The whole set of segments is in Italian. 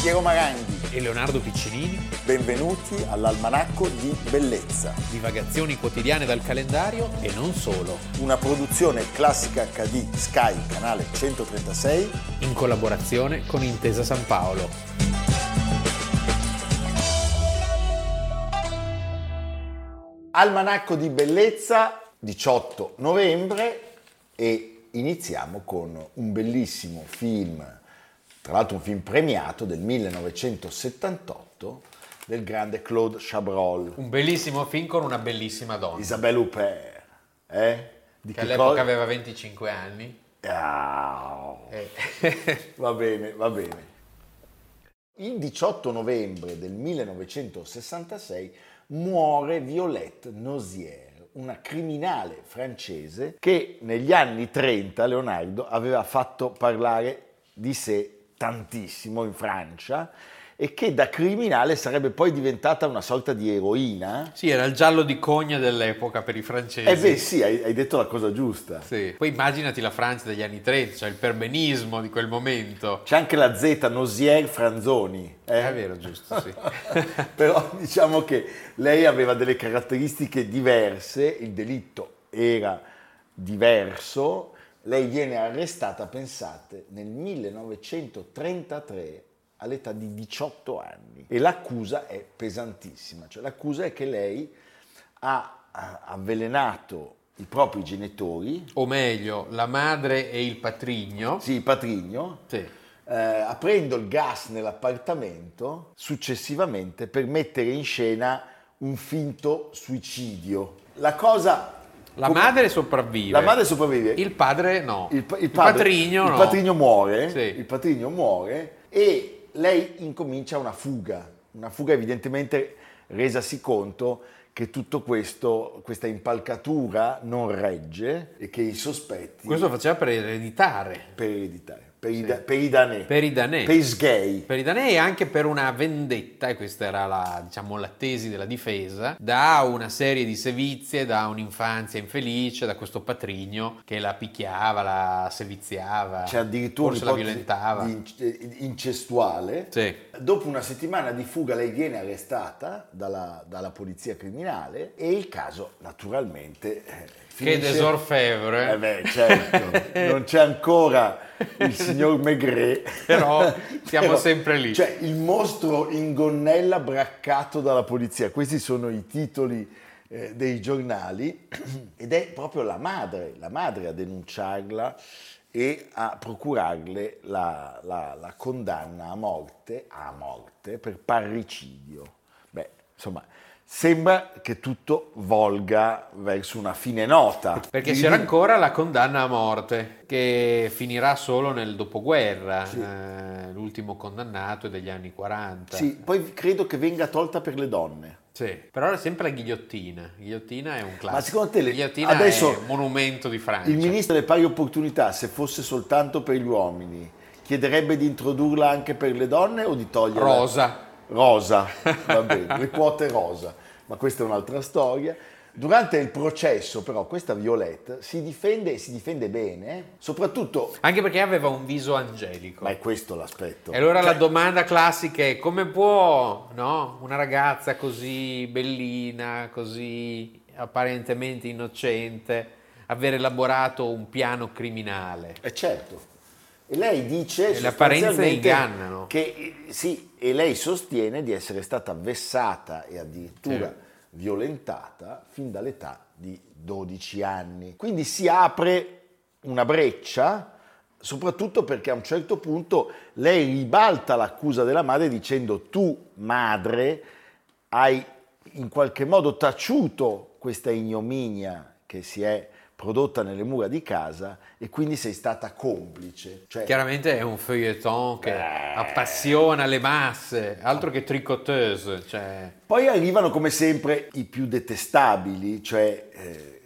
Piero Maranghi. e Leonardo Piccinini, Benvenuti all'Almanacco di Bellezza, divagazioni quotidiane dal calendario e non solo, una produzione classica HD Sky, canale 136. in collaborazione con Intesa San Paolo. Almanacco di Bellezza, 18 novembre e iniziamo con un bellissimo film, tra l'altro un film premiato del 1978 del grande Claude Chabrol. Un bellissimo film con una bellissima donna, Isabelle Huppert, eh? Di che all'epoca cosa- aveva 25 anni. Ah, Eh. va bene, va bene. Il 18 novembre del 1966 muore Violette Nozière, una criminale francese che negli anni 30, Leonardo, aveva fatto parlare di sé tantissimo in Francia e che da criminale sarebbe poi diventata una sorta di eroina. Sì, era il giallo di cogna dell'epoca per i francesi. Eh beh sì, hai, hai detto la cosa giusta. Sì. Poi immaginati la Francia degli anni 30, cioè il perbenismo di quel momento. C'è anche la Z, Nozière Franzoni. eh? È vero, giusto, sì. Però diciamo che lei aveva delle caratteristiche diverse, il delitto era diverso. Lei viene arrestata, pensate, nel 1933 all'età di 18 anni e l'accusa è pesantissima, cioè l'accusa è che lei ha ha avvelenato i propri genitori, o meglio, la madre e il patrigno. sì, il patrigno, Sì. eh, aprendo il gas nell'appartamento, successivamente per mettere in scena un finto suicidio. La cosa... La come- madre sopravvive. La madre sopravvive. Il padre no. Il pa- il padre- patrigno il no. patrigno muore. Sì. Il patrigno muore e lei incomincia una fuga. Una fuga evidentemente resasi conto che tutto questo, questa impalcatura non regge e che i sospetti Questo faceva per ereditare. per ereditare, per, i, da- per i danè, Per i danè. per i sgay. Per i danè e anche per una vendetta, e questa era la, diciamo, la tesi della difesa, da una serie di sevizie, da un'infanzia infelice, da questo patrigno che la picchiava, la seviziava, c'è Cioè, addirittura Eh, forse la un'ipotesi violentava. di inc- incestuale. Sì. Dopo una settimana di fuga lei viene arrestata dalla, dalla polizia criminale e il caso naturalmente eh, Che finisce... desorfevre. Eh beh, certo, non c'è ancora il signor Maigret. Però siamo sempre lì. Cioè, il mostro in gonnella braccato dalla polizia. Questi sono i titoli eh, dei giornali ed è proprio la madre, la madre a denunciarla e a procurarle la, la- la condanna a morte, a morte per parricidio. Beh, insomma, sembra che tutto volga verso una fine nota. Perché Di- c'era di- ancora la condanna a morte, che finirà solo nel dopoguerra. Eh, l'ultimo condannato è degli anni 40. Sì, poi credo che venga tolta per le donne. Sì, Però era sempre la ghigliottina. Ghigliottina è un classico. Ma secondo te le- Ghigliottina adesso è un monumento di Francia. Il ministro delle pari opportunità, se fosse soltanto per gli uomini, chiederebbe di introdurla anche per le donne o di toglierla? Rosa. Rosa, va bene, le quote rosa, ma questa è un'altra storia. Durante il processo, però, questa Violette si difende e si difende bene, soprattutto. Anche perché aveva un viso angelico. Ma è cioè- questo l'aspetto. E allora la domanda classica è come può no, una ragazza così bellina, così apparentemente innocente, aver elaborato un piano criminale? Eh, certo. E lei dice E le apparenze sostanzialmente ingannano. Che eh, sì, e lei sostiene di essere stata vessata e addirittura violentata fin dall'età di 12 anni. Quindi si apre una breccia, soprattutto perché a un certo punto lei ribalta l'accusa della madre dicendo tu madre hai in qualche modo taciuto questa ignominia che si è prodotta nelle mura di casa e quindi sei stata complice. Cioè, Chiaramente è un feuilleton che Beh. appassiona le masse, altro che tricoteuse, cioè Poi arrivano come sempre i più detestabili, cioè eh,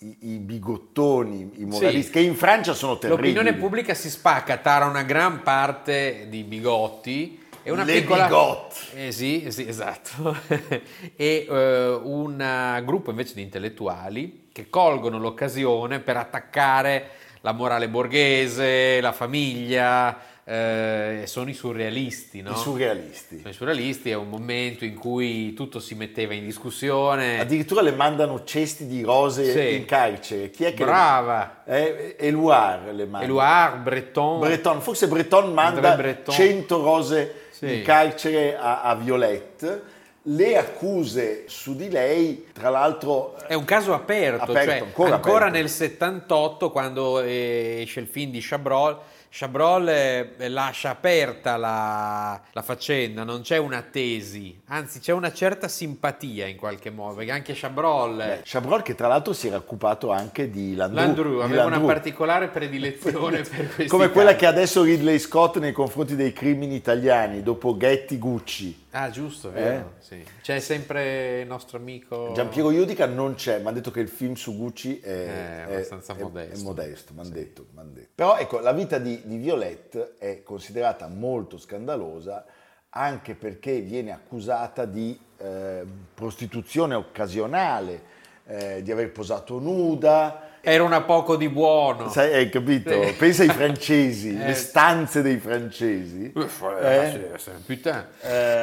i, i bigottoni, i moralisti, Sì. che in Francia sono terribili. l'opinione pubblica si spacca tra una gran parte di bigotti e una Le piccola bigotte. Eh sì, eh sì, esatto. e eh, un gruppo invece di intellettuali che colgono l'occasione per attaccare la morale borghese, la famiglia, eh, sono i surrealisti, no? I surrealisti. Sono Cioè, i surrealisti, è un momento in cui tutto si metteva in discussione. Addirittura le mandano cesti di rose Sì. in carcere. Chi è che... Brava! Eh, Eluard le manda. Éluard, Breton, Breton, forse Breton manda André Breton. 100 rose Sì. in carcere a, a Violette. Le accuse su di lei, tra l'altro, eh, È un caso aperto, Aperto, cioè, ancora, ancora aperto. nel 78 quando eh, esce il film di Chabrol, Chabrol eh, lascia aperta la, la faccenda, non c'è una tesi, anzi c'è una certa simpatia in qualche modo, perché anche Chabrol... eh, Beh, Chabrol che tra l'altro si era occupato anche di Landru, Landru di aveva Landru. una particolare predilezione per questi come quella casi. che adesso Ridley Scott nei confronti dei crimini italiani dopo Ghetti Gucci. Ah giusto, è vero, Eh? sì. C'è sempre il nostro amico... Giampiero Iudica non c'è, mi hanno detto che il film su Gucci è, È Eh, abbastanza è- modesto. È modesto, m'han detto, m'han detto. Però ecco, la vita di, di Violette è considerata molto scandalosa anche perché viene accusata di eh, prostituzione occasionale, eh, di aver posato nuda. Era una poco di buono. Sai, hai capito? Sì. Pensa ai francesi, Eh. le stanze dei francesi. Uff, Eh? sì, sì, putain. Eh,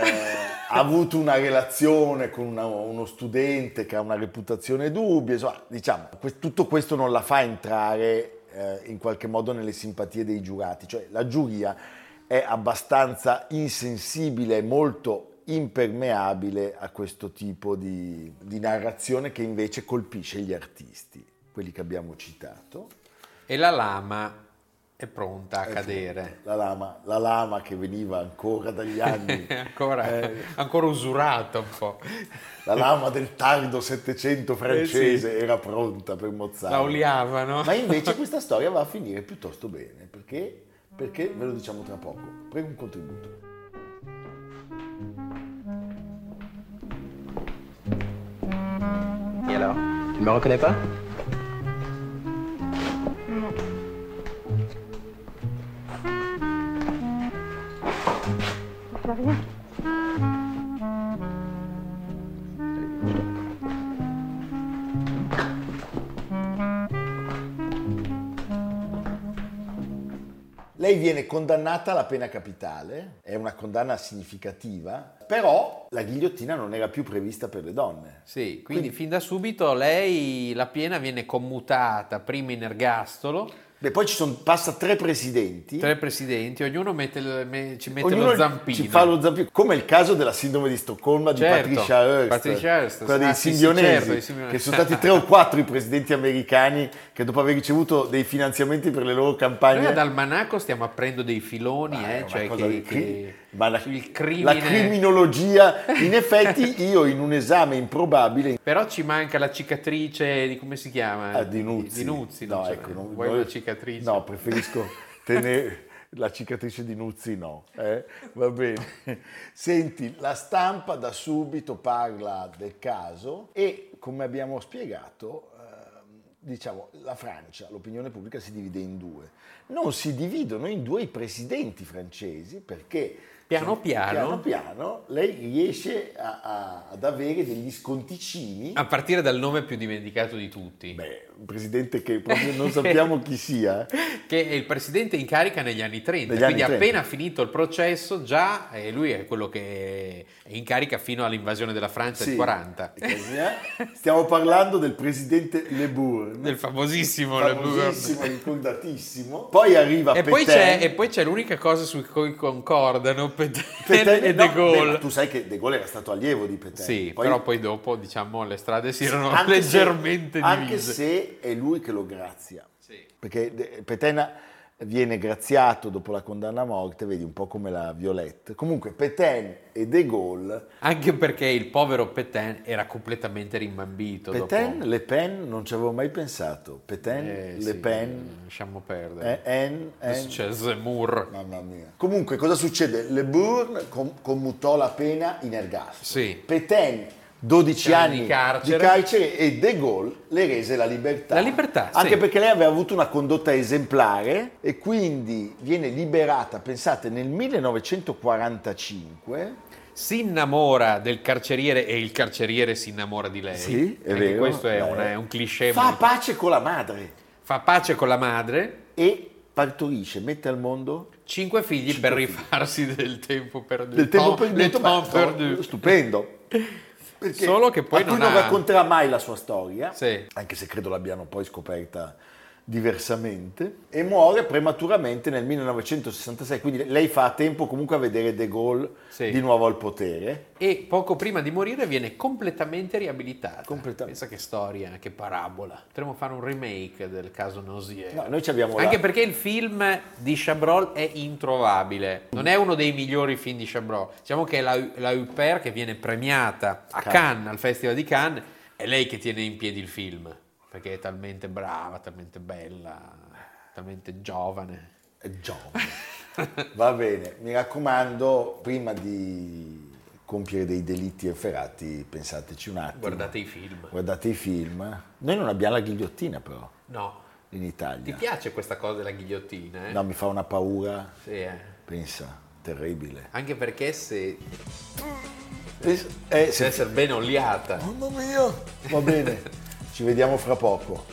ha avuto una relazione con una- uno studente che ha una reputazione dubbia, insomma, diciamo, que- tutto questo non la fa entrare eh, in qualche modo nelle simpatie dei giurati, cioè la giuria è abbastanza insensibile e molto impermeabile a questo tipo di, di narrazione che invece colpisce gli artisti, quelli che abbiamo citato. E la lama è pronta a Eh, cadere. La lama, la lama che veniva ancora dagli anni ancora, Eh. ancora usurata un po'. La lama del tardo Settecento francese Eh era pronta per mozzare. La oliavano. Ma invece questa storia va a finire piuttosto bene, perché? Perché ve lo diciamo tra poco. Prego un contributo. Et alors Tu me reconnais pas Lei viene condannata alla pena capitale, è una condanna significativa, però la ghigliottina non era più prevista per le donne. Sì, quindi, fin da subito lei, la piena, viene commutata prima in ergastolo, Beh, poi ci sono, passa tre presidenti. tre presidenti, ognuno mette il- me- ci mette Ognuno lo zampino. ci fa lo zampino, come il caso della sindrome di Stoccolma di Certo, Patricia Hearst, Patricia Hearst, quella dei ah, sì, sì, simbionesi, certo, dei simbionesi. che sono stati tre o quattro i presidenti americani che dopo aver ricevuto dei finanziamenti per le loro Noi campagne ad Almanacco stiamo aprendo dei filoni, Ah, eh, è una cioè cosa che, di cri- che- ma la, il la crimine... criminologia, in effetti io in un esame improbabile Però ci manca la cicatrice di come si chiama? Ah, di Nuzzi, eh, Di Nuzzi, no, non c'è. ecco, non- Vuoi non- una cicatrice? No, preferisco tenere la cicatrice di Nuzzi, no. eh, Va bene. Senti, la stampa da subito parla del caso e, come abbiamo spiegato, ehm, diciamo, la Francia, l'opinione pubblica si divide in due. Non si dividono in due i presidenti francesi perché... Piano piano piano. piano lei riesce a- a- ad avere degli sconticini A partire dal nome più dimenticato di tutti, Beh, un presidente che proprio non sappiamo chi sia. eh. che è il presidente in carica negli anni 30, Negli anni quindi 30. appena finito il processo già eh, lui è quello che è in carica fino all'invasione della Francia Sì. del 40, E così, eh? Stiamo parlando del presidente Le Bourne, del famosissimo Le Bourne. famosissimo, ricordatissimo. Poi arriva E poi, Pétain. c'è, e poi c'è l'unica cosa su cui concordano Petain, Pétain- e no, De beh, Gaulle. ma tu sai che De Gaulle era stato allievo di Petain. sì, però poi dopo diciamo le strade si erano anche se- leggermente Anche divise. se è lui che lo grazia. Sì. Perché De- Petain viene graziato dopo la condanna a morte, vedi, un po' come la Violette. Comunque Petain e De Gaulle Anche perché il povero Petain era completamente rimbambito. Petain, dopo. Le Pen, non ci avevo mai pensato. Petain, Eh, Le sì, Pen, Lasciamo perdere. eh, En, Adesso En. c'è Zemmour. Mamma mia. Comunque, cosa succede? Le Bourne com- commutò la pena in ergastolo. Sì. Petain, 12 Anni anni di carcere. di carcere e De Gaulle le rese la libertà. La libertà, sì. Anche perché lei aveva avuto una condotta esemplare e quindi viene liberata, pensate, nel 1945. Si innamora del carceriere e il carceriere si innamora di lei. Sì, è Eh, Anche vero. Questo è, Beh, un- è un cliché. Fa molto- pace con la madre fa pace con la madre. e partorisce, mette al mondo Cinque figli Cinque per figli. rifarsi del tempo perduto. del tempo Tom- perduto, del ma temps no, perdu. stupendo. Perché Solo che poi a cui non non ha- racconterà mai la sua storia, Sì. anche se credo l'abbiano poi scoperta diversamente, e muore prematuramente nel 1966, quindi lei fa a tempo comunque a vedere De Gaulle Sì. di nuovo al potere. E poco prima di morire viene completamente riabilitata. Completamente. Pensa che storia, che parabola. Potremmo fare un remake del caso Nosier. No, noi ci abbiamo la- Anche perché il film di Chabrol è introvabile. Non è uno dei migliori film di Chabrol. Diciamo che è la, la Huppert che viene premiata a Cannes. Cannes, al Festival di Cannes, è lei che tiene in piedi il film. Perché è talmente brava, talmente bella, talmente giovane. È giovane. Va bene, mi raccomando, prima di compiere dei delitti efferati, pensateci un attimo. Guardate i film. Guardate i film. Noi non abbiamo la ghigliottina però No. in Ti Italia. piace questa cosa della ghigliottina? Eh? No, mi fa una paura, Sì, eh. pensa, terribile. Anche perché se Pensa- eh, deve se- essere ben oliata. Mamma mia! Va bene, ci vediamo fra poco.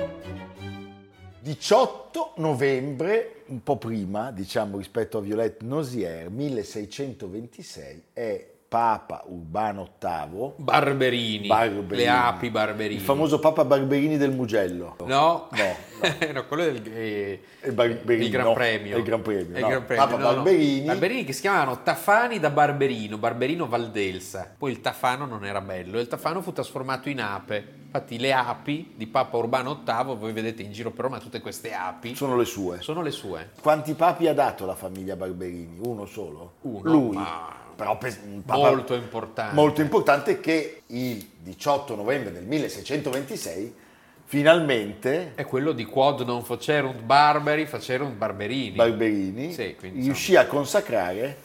Sì. 18 novembre, un po' prima, diciamo, rispetto a Violette Nosier, 1626, è Papa Urbano VIII, Barberini, Barberini. le api Barberini. il famoso Papa Barberini del Mugello. No, No, No, quello del eh, Il Barberini, il Gran no, Premio. è il Gran Premio, È il no. Gran Premio, Papa no, no. Barberini. Barberini che si chiamavano Tafani da Barberino, Barberino Valdelsa. Poi il Tafano non era bello, il Tafano fu trasformato in ape. Infatti le api di Papa Urbano VIII, voi vedete in giro per Roma tutte queste api, Sono le sue. sono le sue. Quanti papi ha dato la famiglia Barberini? Uno solo? Uno, Lui. ma- Però pe- un molto importante. Molto importante che il 18 novembre del 1626 finalmente È quello di quod non facerunt barberi, facerunt barberini. Barberini Sì, quindi, insomma. riuscì a consacrare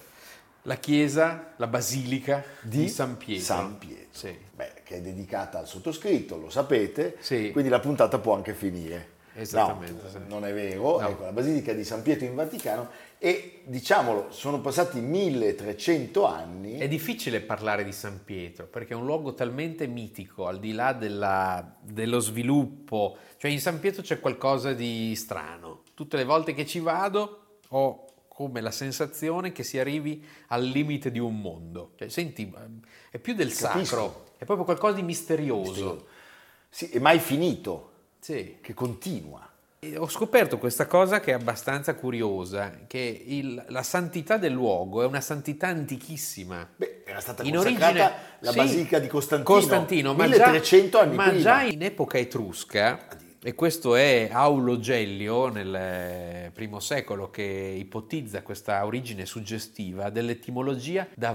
La chiesa, la basilica di, San Pietro. San Pietro. Sì, Beh, che è dedicata al sottoscritto, lo sapete, Sì. quindi la puntata può anche finire. Esattamente, No, sì. Non è vero, No. ecco, la Basilica di San Pietro in Vaticano e diciamolo, sono passati 1300 anni. È difficile parlare di San Pietro perché è un luogo talmente mitico, al di là della- dello sviluppo. Cioè in San Pietro c'è qualcosa di strano. Tutte le volte che ci vado ho come la sensazione che si arrivi al limite di un mondo. Cioè, senti, è più del Capisco. sacro, è proprio qualcosa di misterioso. Sì, è mai finito, Sì. che continua. E ho scoperto questa cosa che è abbastanza curiosa, che il- la santità del luogo è una santità antichissima. Beh, era stata In consacrata origine la sì, Basilica di Costantino, Costantino, ma, 1300 già, anni ma prima. Ah, già in epoca etrusca, e questo è Aulogellio nel eh, primo secolo che ipotizza questa origine suggestiva dell'etimologia da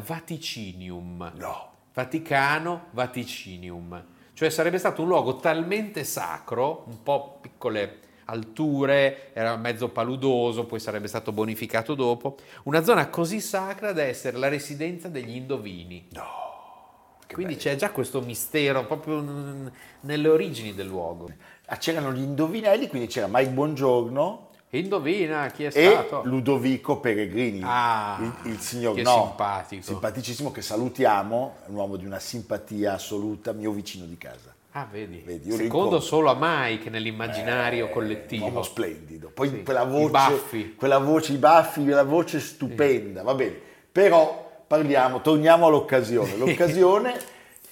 vaticinium. No. Vaticano, Vaticinium. Cioè sarebbe stato un luogo talmente sacro, un po' piccole alture, era mezzo paludoso, poi sarebbe stato bonificato dopo, una zona così sacra da essere la residenza degli indovini. Che Quindi bello. c'è già questo mistero proprio mm, nelle origini del luogo. Ah, c'erano gli indovinelli, quindi c'era Mike Buongiorno Indovina chi è e stato? Ludovico Peregrini, Ah, il, il signor che No, simpatico. simpaticissimo che salutiamo, è un uomo di una simpatia assoluta, mio vicino di casa. Ah, vedi. Vedi, io lo Secondo incontro. solo a Mike nell'immaginario Eh, collettivo. Un uomo splendido. Poi Sì, quella i voce, baffi. quella voce, i baffi, la voce stupenda, va bene. Però parliamo, torniamo all'occasione. L'occasione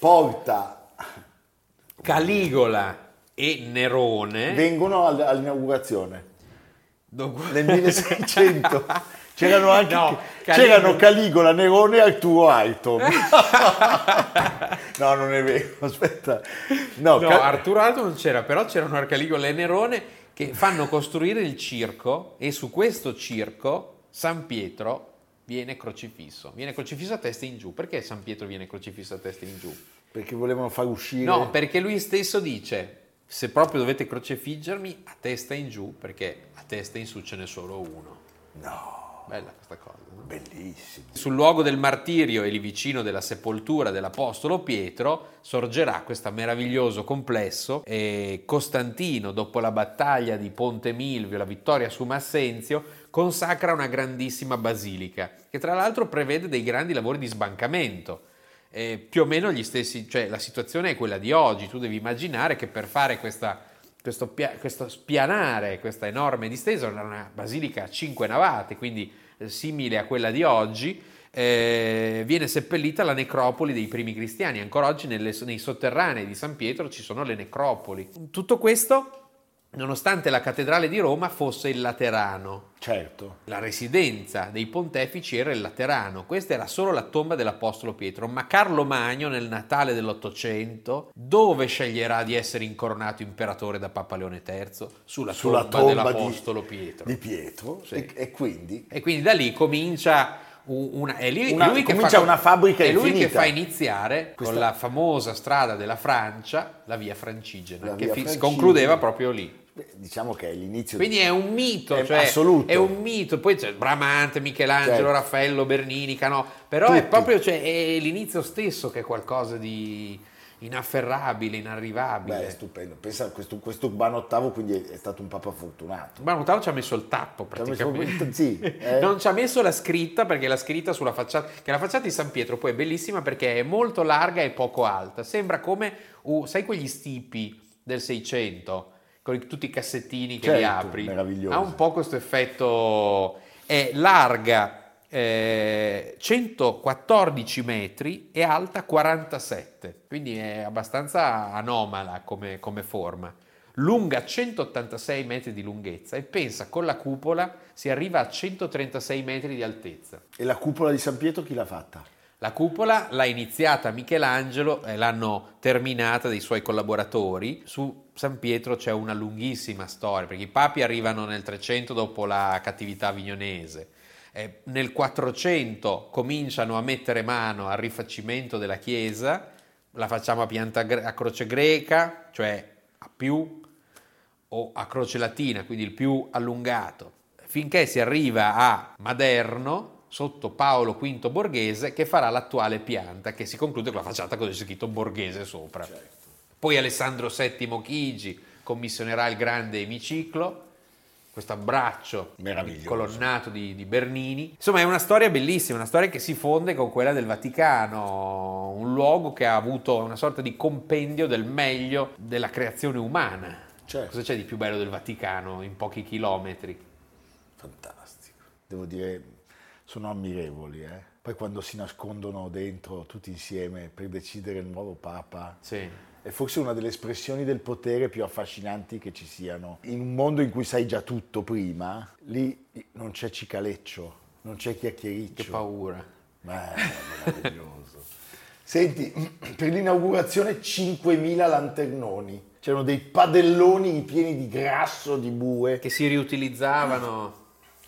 porta Caligola e Nerone. Vengono al- all'inaugurazione Dopo- nel 1600. C'erano anche No, c'erano Caligo- Caligola, Nerone e Arturo Alto. no, non è vero. Aspetta. No, No, Ca- Arturo Alto non c'era, però c'erano Arcaligola e Nerone che fanno costruire il circo e su questo circo San Pietro viene crocifisso. Viene crocifisso a testa in giù. Perché San Pietro viene crocifisso a testa in giù? perché volevano far uscire No, perché lui stesso dice: se proprio dovete crocefiggermi, a testa in giù, perché a testa in su ce n'è solo uno. No, Bella questa cosa. no? bellissimo. Sul luogo del martirio e lì vicino della sepoltura dell'apostolo Pietro sorgerà questo meraviglioso complesso e Costantino, dopo la battaglia di Ponte Milvio, la vittoria su Massenzio, consacra una grandissima basilica, che tra l'altro prevede dei grandi lavori di sbancamento. Eh, più o meno gli stessi, cioè la situazione è quella di oggi, tu devi immaginare che per fare questa, questo, pia- questo spianare, questa enorme distesa, era una basilica a cinque navate, quindi eh, simile a quella di oggi, eh, viene seppellita la necropoli dei primi cristiani. Ancora oggi nelle- nei sotterranei di San Pietro ci sono le necropoli. Tutto questo nonostante la cattedrale di Roma fosse il Laterano, Certo. la residenza dei pontefici era il Laterano, questa era solo la tomba dell'Apostolo Pietro, ma Carlo Magno nel Natale dell'Ottocento dove sceglierà di essere incoronato imperatore da Papa Leone III? Sulla, Sulla tomba, tomba dell'Apostolo di, Pietro. di Pietro. Sì. E, e quindi E quindi da lì comincia u- una, è lì- Una- lui che comincia fa- una fabbrica è lui che infinita. fa iniziare Questa- con la famosa strada della Francia, la via Francigena, La che via fi- si Francigena. concludeva proprio lì. beh, diciamo che è l'inizio Quindi è un mito, È cioè, assoluto. è un mito. Poi c'è Bramante, Michelangelo, Certo. Raffaello, Bernini, Canò, però è Tutti. proprio cioè, è l'inizio stesso che è qualcosa di inafferrabile, inarrivabile. Beh, è stupendo. Pensa a questo, questo Urbano VIII, quindi è stato un papa fortunato. Esatto. Ma Nutaro ci ha messo il tappo Ci ha messo praticamente. il- sì, eh. Non ci ha messo la scritta perché la scritta sulla facciata, che la facciata di San Pietro poi è bellissima perché è molto larga e poco alta. Sembra come, uh, sai quegli stipi del 600 con i- tutti i cassettini che li Certo, apri? meravigliosi. Ha un po' questo effetto, è larga eh, 114 metri e alta 47, quindi è abbastanza anomala come- come forma lunga 186 metri di lunghezza e pensa con la cupola si arriva a 136 metri di altezza. E la cupola di San Pietro chi l'ha fatta? La cupola l'ha iniziata Michelangelo e l'hanno terminata dei suoi collaboratori. Su San Pietro c'è una lunghissima storia perché i papi arrivano nel 300 dopo la cattività avignonese. Eh, nel 400 cominciano a mettere mano al rifacimento della chiesa, la facciamo a, pianta gre- a croce greca, cioè a più, o a croce latina, quindi il più allungato, finché si arriva a Maderno sotto Paolo V Borghese che farà l'attuale pianta che si conclude con la facciata con c'è scritto Borghese sopra. Certo. Poi Alessandro VII Chigi commissionerà il grande emiciclo, questo abbraccio Meraviglioso. colonnato di, di Bernini. Insomma è una storia bellissima, una storia che si fonde con quella del Vaticano, un luogo che ha avuto una sorta di compendio del meglio della creazione umana. Certo. Cosa c'è di più bello del Vaticano in pochi chilometri? Fantastico. Devo dire, sono ammirevoli. eh. Poi quando si nascondono dentro tutti insieme per decidere il nuovo papa, Sì. è forse una delle espressioni del potere più affascinanti che ci siano. In un mondo in cui sai già tutto prima, lì non c'è cicaleccio, non c'è chiacchiericcio. Che paura. Ma è meraviglioso. Senti, per l'inaugurazione 5.000 lanternoni. C'erano dei padelloni pieni di grasso di bue. Che si riutilizzavano.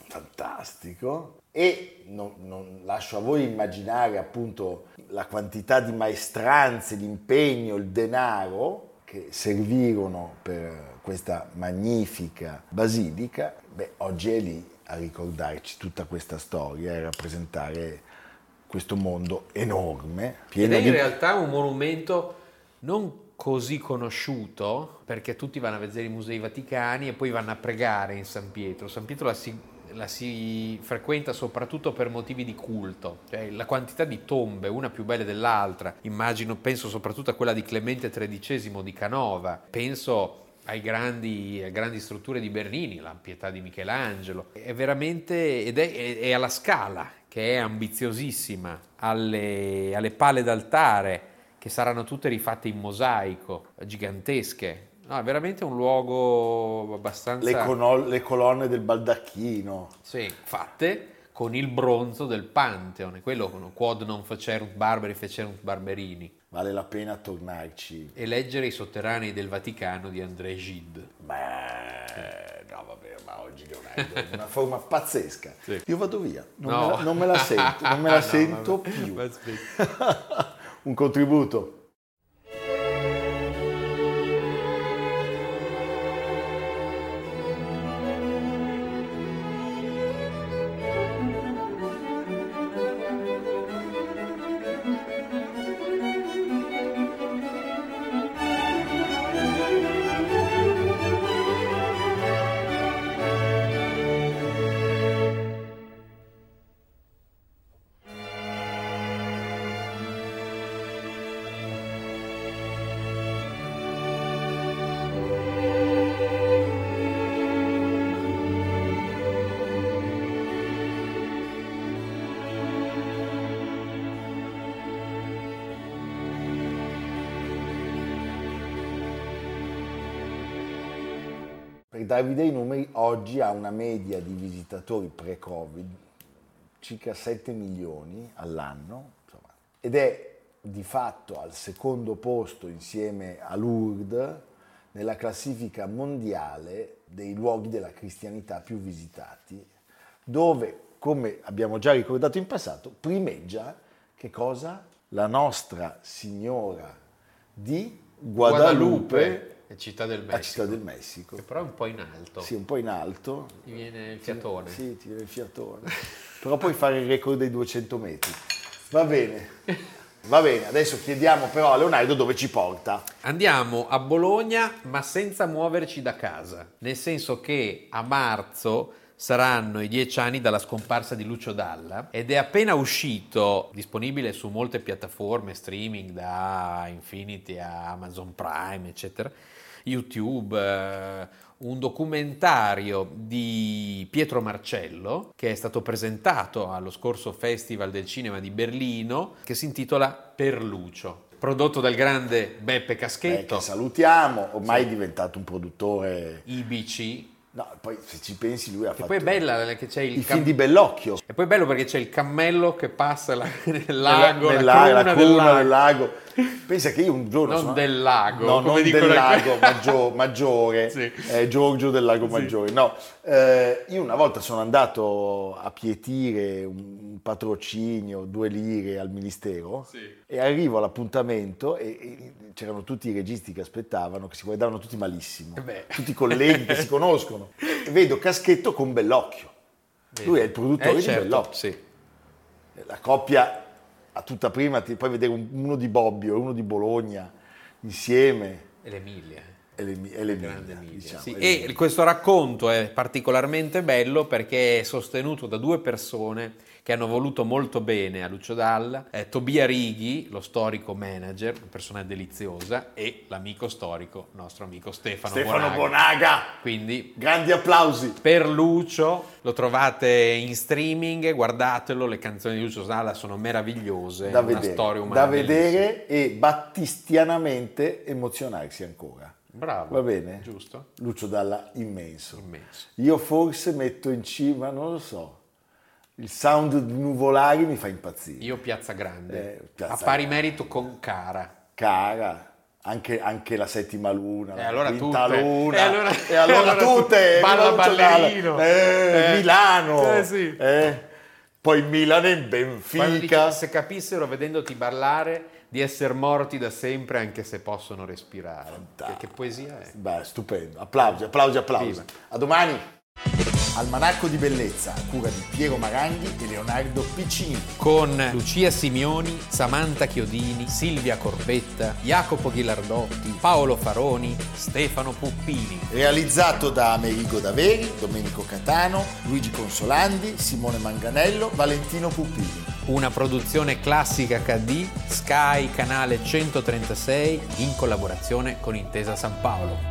Fantastico. E non, non lascio a voi immaginare appunto la quantità di maestranze, l'impegno, il denaro che servirono per questa magnifica basilica. Beh, oggi è lì a ricordarci tutta questa storia e a rappresentare questo mondo enorme, Ed pieno è in di... realtà un monumento non così conosciuto, perché tutti vanno a vedere i musei vaticani e poi vanno a pregare in San Pietro. San Pietro la si, la si frequenta soprattutto per motivi di culto, cioè la quantità di tombe, una più bella dell'altra. Immagino, penso soprattutto a quella di Clemente XIII di Canova, penso ai grandi, alle grandi strutture di Bernini, la pietà di Michelangelo. È veramente, ed è, è- è alla scala, che è ambiziosissima, alle, alle pale d'altare, che saranno tutte rifatte in mosaico, gigantesche. No, è veramente un luogo abbastanza... Le, cono- le colonne del baldacchino. Sì, fatte con il bronzo del Pantheon, quello con quod non facerunt barbari fecerunt barberini, Vale la pena tornarci. e leggere i sotterranei del Vaticano di André Gide. Beh, no, vabbè, ma oggi Leonardo è una forma pazzesca. Sì. Io vado via, non, No. Ah, me, la, non me la sento, non me la No, sento vabbè. più. Ma aspetta. Un contributo. Per darvi dei numeri, oggi ha una media di visitatori pre-Covid circa 7 milioni all'anno, insomma, ed è di fatto al secondo posto insieme a Lourdes nella classifica mondiale dei luoghi della cristianità più visitati, dove, come abbiamo già ricordato in passato, primeggia che cosa? La nostra Signora di Guadalupe, è città del la Messico, città del Messico. che però è un po' in alto, Sì, un po' in alto. mi viene Certo. il fiatone. Sì, ti viene il fiatone. Però puoi fare il record dei 200 metri. Va bene. Va bene, adesso chiediamo però a Leonardo dove ci porta. Andiamo a Bologna ma senza muoverci da casa, nel senso che a marzo saranno i dieci anni dalla scomparsa di Lucio Dalla ed è appena uscito, disponibile su molte piattaforme streaming da Infinity a Amazon Prime eccetera, YouTube, eh, un documentario di Pietro Marcello che è stato presentato allo scorso Festival del Cinema di Berlino che si intitola Per Lucio, prodotto dal grande Beppe Eh, che Caschetto, salutiamo, ormai è diventato un produttore... IBC, No, poi se ci pensi lui ha e fatto poi è bella che c'è il i cam- film di Bellocchio. e poi è bello perché c'è il cammello che passa la- nel lago, Nel la, lago, cruna la del cruna lago. del lago. Pensa che io un giorno... Non sono- del lago, No, come non dicono del i- lago Maggio- Maggiore, Sì. eh, Giorgio del lago Sì. Maggiore. No, eh, io una volta sono andato a pietire un un patrocinio, due lire al ministero Sì. e arrivo all'appuntamento e, e c'erano tutti i registi che aspettavano, che si guardavano tutti malissimo, Eh beh. tutti i colleghi che si conoscono. E vedo Caschetto con Bellocchio. Lui è il produttore Eh, di certo, Bellocchio sì. la coppia a tutta prima, ti puoi vedere un- uno di Bobbio e uno di Bologna insieme E l'Emilia. e le, e le Grande Emilia, Emilia, diciamo, sì. e le E Emilia. questo racconto è particolarmente bello perché è sostenuto da due persone che hanno voluto molto bene a Lucio Dalla, eh, Tobia Righi, lo storico manager, una persona deliziosa, e l'amico storico, nostro amico Stefano, Stefano Bonaga. Bonaga, Quindi grandi applausi. per Lucio lo trovate in streaming, guardatelo, le canzoni di Lucio Dalla sono meravigliose, Da una vedere, storia umana. da bellissima. vedere e battistianamente emozionarsi ancora. Bravo. Va bene? Giusto? Lucio Dalla immenso. Immenso. Io forse metto in cima, non lo so, il sound di Nuvolari mi fa impazzire. Io Piazza Grande, Eh, Piazza a pari Grande. merito con Cara. cara, anche, anche la settima luna, E la Eh, allora quinta tutte. luna, E allora- e allora e allora tutte, eh, tu- Balla Lucio Dalla, Ballerino. eh, Eh. Milano, Eh, sì. eh, poi Milano e Quando Benfica, dice, se capissero vedendoti ballare di essere morti da sempre anche se possono respirare. Che, che poesia è? Beh, stupendo, applausi, applausi, applausi, Viva. a domani! Almanacco di bellezza, a cura di Piero Maranghi e Leonardo Piccini. Con Lucia Simioni, Samantha Chiodini, Silvia Corbetta, Jacopo Ghilardotti, Paolo Faroni, Stefano Puppini. Realizzato da Amerigo Daveri, Domenico Catano, Luigi Consolandi, Simone Manganello, Valentino Pupini. Una produzione classica HD, Sky Canale 136, in collaborazione con Intesa San Paolo.